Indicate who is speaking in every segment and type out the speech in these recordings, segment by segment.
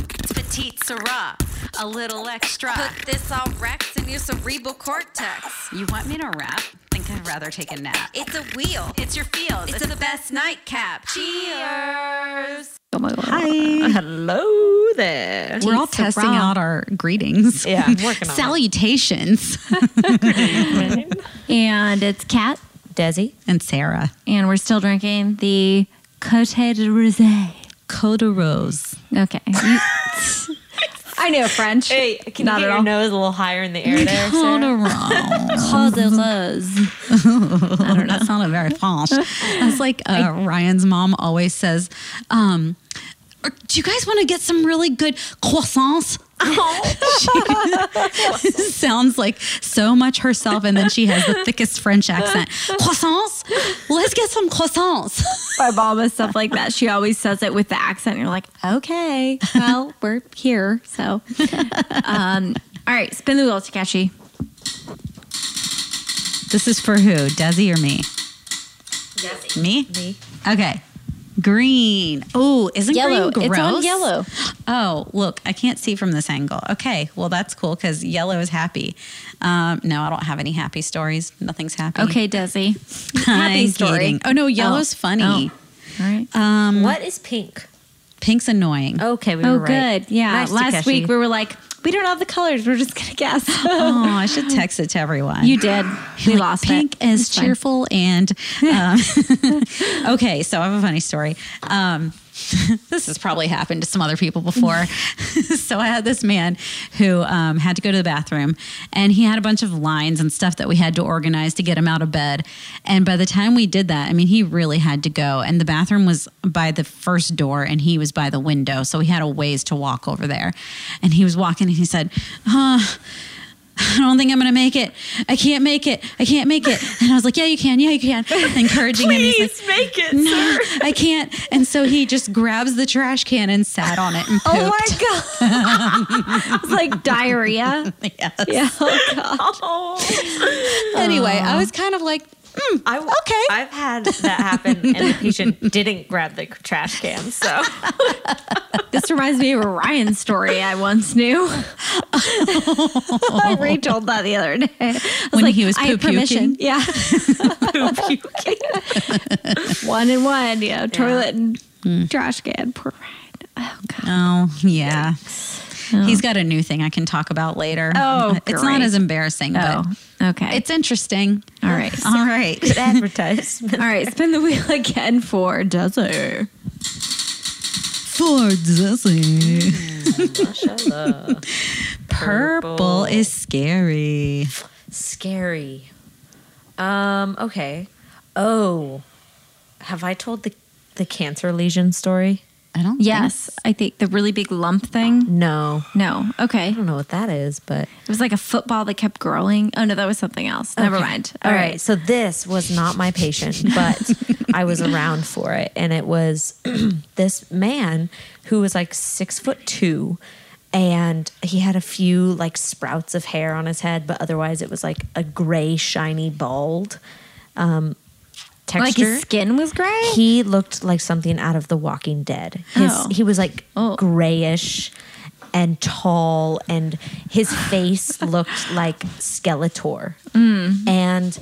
Speaker 1: petite Syrah, a little extra.
Speaker 2: Put this on Rex in your cerebral cortex.
Speaker 1: You want me to rap? Think I'd rather take a nap.
Speaker 2: It's a wheel.
Speaker 1: It's your field.
Speaker 2: It's, the best nightcap. Cheers.
Speaker 3: Oh my god.
Speaker 4: Hi. Hello there.
Speaker 3: We're all
Speaker 5: Pizza
Speaker 3: testing
Speaker 5: raw.
Speaker 3: out our greetings.
Speaker 4: Yeah, I'm working on it.
Speaker 3: Salutations.
Speaker 5: And it's Kat,
Speaker 4: Desi.
Speaker 3: and Sarah.
Speaker 5: and we're still drinking the Cote de Rosé.
Speaker 3: Cote de Rose.
Speaker 5: Okay. You- I know French.
Speaker 4: Hey, can
Speaker 5: Not at
Speaker 4: you get your
Speaker 5: all.
Speaker 4: nose a little higher in the air there?
Speaker 3: Cote
Speaker 4: Sarah?
Speaker 3: de Rose.
Speaker 5: Cote de Rose.
Speaker 3: I don't know. That sounded very French. That's like uh, Ryan's mom always says, um, "Are- do you guys want to get some really good croissants?
Speaker 5: Oh.
Speaker 3: she sounds like so much herself, and then she has the thickest French accent. Croissants? Let's get some croissants.
Speaker 5: My mom is stuff like that. She always says it with the accent. You're like, okay, well, we're here. So, um, all right, spin the wheel, Takeshi.
Speaker 3: This is for who? Desi or me? Desi. Me?
Speaker 4: Me.
Speaker 3: Okay. Green. Oh, isn't
Speaker 5: Yellow.
Speaker 3: green
Speaker 5: It's
Speaker 3: gross?
Speaker 5: on yellow.
Speaker 3: Oh, look, I can't see from this angle. Okay, well that's cool because yellow is happy. Um, no, I don't have any happy stories. Nothing's happy.
Speaker 5: Okay, Desi.
Speaker 3: I'm
Speaker 5: happy story.
Speaker 3: kidding. Oh no, yellow's
Speaker 5: Oh,
Speaker 3: funny.
Speaker 5: All right.
Speaker 3: Um,
Speaker 4: What is pink?
Speaker 3: Pink's annoying.
Speaker 4: Okay, we
Speaker 5: oh,
Speaker 4: were right.
Speaker 5: good. Yeah.
Speaker 4: Nice,
Speaker 5: Last
Speaker 4: Takeshi.
Speaker 5: week we were like, we don't have the colors. We're just going to guess.
Speaker 3: Oh, I should text it to everyone.
Speaker 5: you did. We lost it.
Speaker 3: pink is
Speaker 5: It's fine.
Speaker 3: cheerful and um, okay so i have a funny story um, this has probably happened to some other people before so i had this man who um, had to go to the bathroom and he had a bunch of lines and stuff that we had to organize to get him out of bed and by the time we did that i mean he really had to go and the bathroom was by the first door and he was by the window so he had a ways to walk over there and he was walking and he said huh I don't think I'm gonna make it. I can't make it. I can't make it. And I was like, Yeah, you can. Yeah, you can. Encouraging him. He's like,
Speaker 4: Please make it,
Speaker 3: No, I can't. And so he just grabs the trash can and sat on it and pooped.
Speaker 5: Oh my god! it's like diarrhea.
Speaker 3: Yes.
Speaker 5: Yeah. Oh god.
Speaker 4: Oh.
Speaker 3: Anyway, I was kind of like, mm,
Speaker 4: I,
Speaker 3: Okay.
Speaker 4: I've had that happen, and the patient didn't grab the trash can. So
Speaker 5: This reminds me of a Ryan story I once knew. I retold that the other day. I was
Speaker 3: When he was
Speaker 5: I had
Speaker 3: poo-puking?
Speaker 5: permission. Yeah. one and one, you know, toilet and trash can. Poor Ryan. Oh god.
Speaker 3: Oh yeah. He's got a new thing I can talk about later. Uh,
Speaker 5: Oh,
Speaker 3: it's not
Speaker 5: great.
Speaker 3: as embarrassing,
Speaker 5: Oh, okay.
Speaker 3: but it's interesting.
Speaker 5: all right.
Speaker 3: All right.
Speaker 4: advertisement.
Speaker 5: All right, spin the wheel again for Desert.
Speaker 3: For Desi.
Speaker 4: Mashallah.
Speaker 3: Purple is scary.
Speaker 4: Scary. Um. Okay. Oh, have I told the the cancer lesion story?
Speaker 3: I don't think
Speaker 5: Yes, I think the really big lump thing.
Speaker 4: No,
Speaker 5: No. Okay.
Speaker 4: I don't know what that is, but
Speaker 5: It was like a football that kept growing. Oh no, that was something else. Never mind.
Speaker 4: All right. So this was not my patient, but I was around for it. And it was this man who was like six foot two and he had a few like sprouts of hair on his head, but otherwise it was like a gray, shiny bald um, texture.
Speaker 5: Like his skin was gray.
Speaker 4: He looked like something out of The Walking Dead. His,
Speaker 5: Oh.
Speaker 4: He was like
Speaker 5: Oh.
Speaker 4: grayish and tall, and his face looked like Skeletor. Mm. And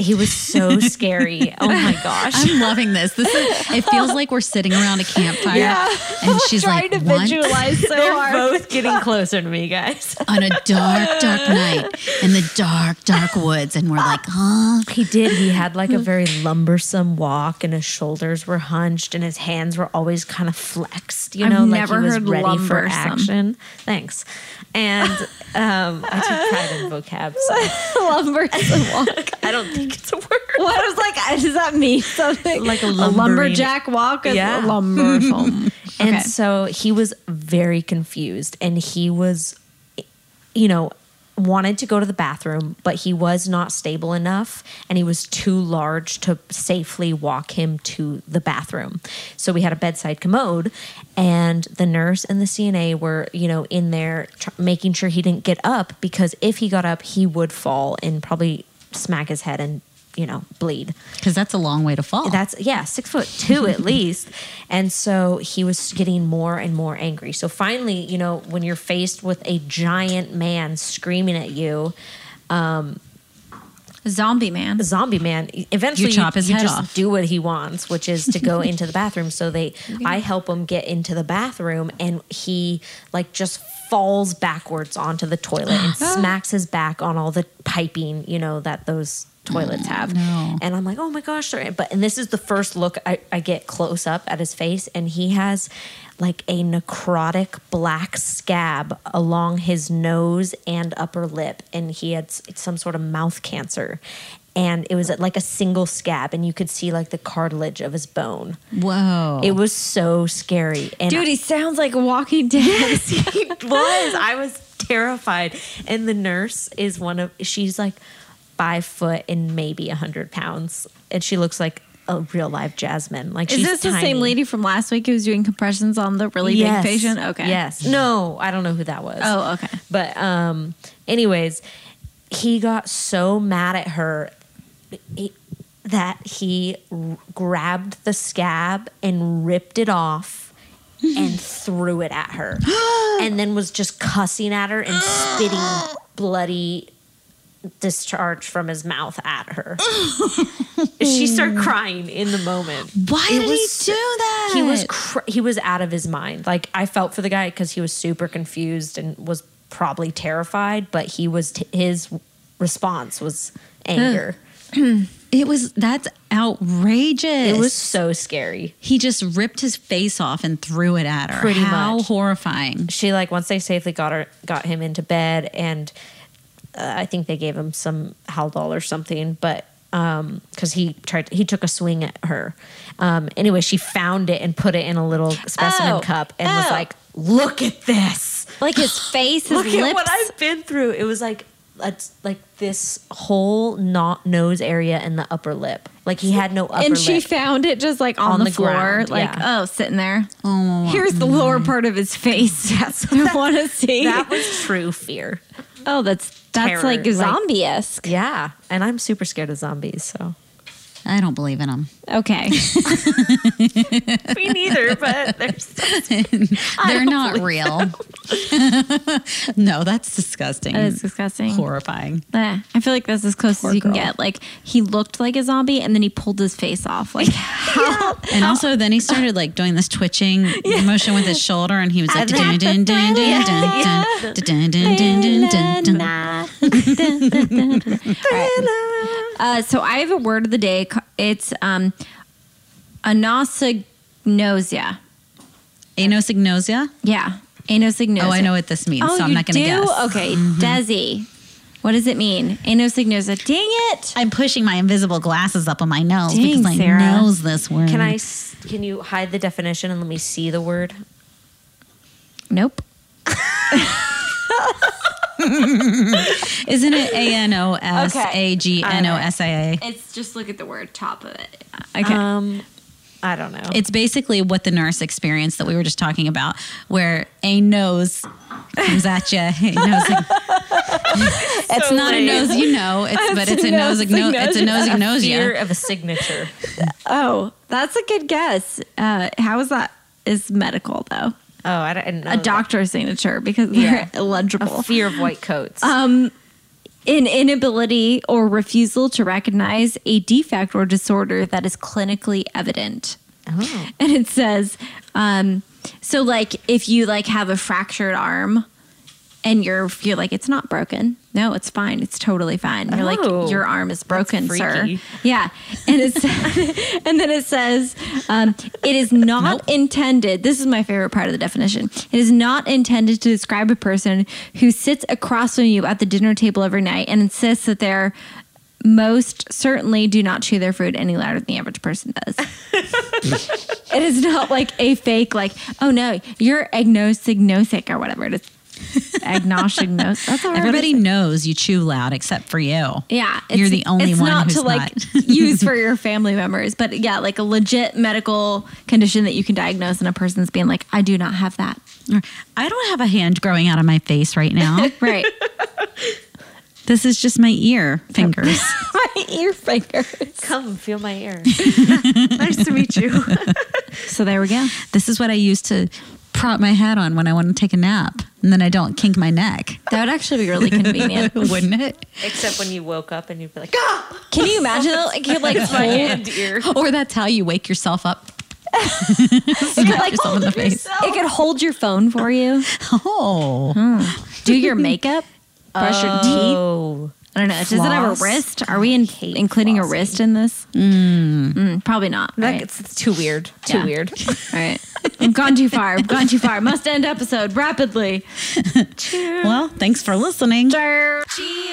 Speaker 4: he was so scary. Oh my gosh.
Speaker 3: I'm loving this. This is, it feels like we're sitting around a campfire and she's like once
Speaker 5: so
Speaker 4: They're both getting closer to me, guys.
Speaker 3: on a dark, dark night in the dark, dark woods, and we're like, huh?
Speaker 4: He did. He had like a very lumbersome walk, and his shoulders were hunched, and his hands were always kind of flexed. You
Speaker 5: I've
Speaker 4: know,
Speaker 5: never
Speaker 4: like he was
Speaker 5: heard
Speaker 4: ready for
Speaker 5: lumbersome.
Speaker 4: action. Thanks. And um, I took pride in vocab, so
Speaker 5: lumbersome walk.
Speaker 4: I don't think it's a word.
Speaker 5: What I was like, "Uh, does that mean something?
Speaker 4: Like a
Speaker 5: lumberjack walk? Is
Speaker 4: Yeah.
Speaker 5: yeah. lumbersome.
Speaker 4: And
Speaker 5: Okay.
Speaker 4: so he was very confused, and he was, you know, wanted to go to the bathroom, but he was not stable enough, and he was too large to safely walk him to the bathroom. So we had a bedside commode, and the nurse and the CNA were, you know, in there tr- making sure he didn't get up because if he got up, he would fall and probably smack his head and you know, bleed.
Speaker 3: because that's a long way to fall.
Speaker 4: That's yeah, six foot two at least. And so he was getting more and more angry. So finally, you know, when you're faced with a giant man screaming at you,
Speaker 5: Zombie man.
Speaker 4: a zombie man, e, eventually
Speaker 3: chop his head
Speaker 4: just
Speaker 3: off.
Speaker 4: do what he wants, which is to go into the bathroom. So they, I help him get into the bathroom, and he like just falls backwards onto the toilet and smacks his back on all the piping, you know, that those toilets have.
Speaker 3: Mm, no.
Speaker 4: And I'm like, oh my gosh! they're-" But and this is the first look I, I get close up at his face, and he has like a necrotic black scab along his nose and upper lip, and he had s- some sort of mouth cancer, and it was like a single scab, and you could see like the cartilage of his bone.
Speaker 3: Whoa.
Speaker 4: It was so scary, and
Speaker 5: Dude, he sounds like a Walking Dead.
Speaker 4: it was. I was terrified. And the nurse is one of she's like five foot and maybe a hundred pounds. And she looks like a real live Jasmine. Like
Speaker 5: Is
Speaker 4: she's
Speaker 5: this the same
Speaker 4: tiny.
Speaker 5: lady from last week who was doing compressions on the really
Speaker 4: Yes.
Speaker 5: big patient? Okay.
Speaker 4: Yes. No, I don't know who that was.
Speaker 5: Oh, okay.
Speaker 4: But um anyways, he got so mad at her he- that he r- grabbed the scab and ripped it off and threw it at her. and then was just cussing at her and spitting bloody discharge from his mouth at her. she started crying in the moment
Speaker 3: Why
Speaker 4: it
Speaker 3: did he
Speaker 4: was-
Speaker 3: do that?
Speaker 4: he was cr- he was out of his mind. Like I felt for the guy because he was super confused and was probably terrified, but he was t- his response was anger.
Speaker 3: It was that's outrageous.
Speaker 4: It was so scary.
Speaker 3: He just ripped his face off and threw it at her.
Speaker 4: Pretty
Speaker 3: How
Speaker 4: much.
Speaker 3: horrifying.
Speaker 4: She like once they safely got her got him into bed and uh, I think they gave him some Haldol or something, but um cuz he tried he took a swing at her. Um anyway, she found it and put it in a little specimen
Speaker 5: Oh.
Speaker 4: cup and was
Speaker 5: Oh.
Speaker 4: like, "Look at this."
Speaker 5: Like his face, his
Speaker 4: Look
Speaker 5: lips.
Speaker 4: at what I've been through. It was like a, like this whole not nose area and the upper lip. Like he had no upper
Speaker 5: and
Speaker 4: lip.
Speaker 5: she found it just like on,
Speaker 4: On
Speaker 5: the,
Speaker 4: the
Speaker 5: floor,
Speaker 4: ground,
Speaker 5: like
Speaker 4: yeah. Oh, Mm-hmm.
Speaker 5: oh, sitting there. Here's the lower part of his face. That's what I want to see.
Speaker 4: that was true fear.
Speaker 5: oh, that's that's
Speaker 4: terror,
Speaker 5: like
Speaker 4: like-
Speaker 5: zombie esque.
Speaker 4: Yeah, and I'm super scared of zombies. So
Speaker 3: I don't believe in him.
Speaker 5: Okay,
Speaker 4: me neither. But there's
Speaker 3: They're not real. no, that's disgusting.
Speaker 5: that is disgusting.
Speaker 3: horrifying.
Speaker 5: Eh, I feel like that's as close as you can
Speaker 3: girl.
Speaker 5: get. Like he looked like a zombie, and then he pulled his face off. Like how?
Speaker 3: And also, then he started like doing this twitching motion with his shoulder, and he was like, dun dun dun dun dun dun dun dun dun dun dun dun.
Speaker 5: Uh, so I have a word of the day. Ca- It's um, anosognosia.
Speaker 3: Anosognosia.
Speaker 5: Yeah, anosognosia.
Speaker 3: Oh, I know what this means, so I'm
Speaker 5: you
Speaker 3: not going to
Speaker 5: do? Oh.
Speaker 3: guess.
Speaker 5: Okay, Desi. What does it mean? Anosognosia. Dang it.
Speaker 3: I'm pushing my invisible glasses up on my nose
Speaker 5: Dang,
Speaker 3: because I
Speaker 5: Sarah.
Speaker 3: knows this word.
Speaker 4: can I? s- Can you hide the definition and let me see the word?
Speaker 5: Nope.
Speaker 3: Isn't it A N O S A G N O S I A?
Speaker 5: It's just look at the word top of it. Okay.
Speaker 4: Um, I don't know.
Speaker 3: It's basically what the nurse experienced that we were just talking about, where a nose comes at you. it's not a nose you know, it's, but it's a nose It's a nose
Speaker 4: fear of a signature.
Speaker 5: oh, that's a good guess. Uh, how is that? Is medical though
Speaker 4: Oh, I don't I didn't know.
Speaker 5: a
Speaker 4: that.
Speaker 5: doctor's signature because they're illegible.
Speaker 4: A fear of white coats.
Speaker 5: an inability or refusal to recognize a defect or disorder that is clinically evident.
Speaker 4: oh.
Speaker 5: And it says, um, so like if you like have a fractured arm and you're you're like it's not broken. No, it's fine. It's totally fine. You're
Speaker 4: Oh,
Speaker 5: like your arm is broken, sir.
Speaker 4: freaky.
Speaker 5: Yeah. And it's and then it says um, it is not intended. This is my favorite part of the definition. It is not intended to describe a person who sits across from you at the dinner table every night and insists that they're most certainly do not chew their food any louder than the average person does. it is not like a fake, like, oh no, you're agnosignostic or whatever it is. Agnosignos. That's all right.
Speaker 3: Everybody knows you chew loud except for you.
Speaker 5: Yeah,
Speaker 3: You're the only
Speaker 5: it's
Speaker 3: one
Speaker 5: not
Speaker 3: who's
Speaker 5: to like use for your family members, but yeah, like a legit medical condition that you can diagnose, and a person's being like, "I do not have that."
Speaker 3: I don't have a hand growing out of my face right now.
Speaker 5: Right.
Speaker 3: This is just my ear fingers.
Speaker 5: my ear fingers.
Speaker 4: Come feel my ear.
Speaker 2: nice to meet you.
Speaker 5: So there we go.
Speaker 3: this is what I use to prop my head on when I want to take a nap, and then I don't kink my neck.
Speaker 5: That would actually be really convenient.
Speaker 3: Wouldn't it?
Speaker 4: Except when you woke up and you'd be like, ah!
Speaker 5: Can you imagine though? It could like
Speaker 4: My
Speaker 5: hold-
Speaker 4: hand ear.
Speaker 3: Or that's how you wake yourself up.
Speaker 5: it could,
Speaker 3: Smack
Speaker 5: like,
Speaker 3: yourself in the face.
Speaker 5: it could hold your phone for you.
Speaker 3: Oh,
Speaker 5: Do your makeup. Brush your teeth.
Speaker 4: Oh.
Speaker 5: I don't know. Does it have
Speaker 4: Floss.
Speaker 5: a wrist? Are we in, including a wrist in this? Mm. probably not.
Speaker 4: That
Speaker 5: right?
Speaker 4: gets- it's too weird. Too
Speaker 5: Yeah.
Speaker 4: weird.
Speaker 5: All right. I've gone too far. I've gone too far. Must end episode rapidly.
Speaker 3: well, thanks for listening.
Speaker 5: Cheers.
Speaker 1: Cheers.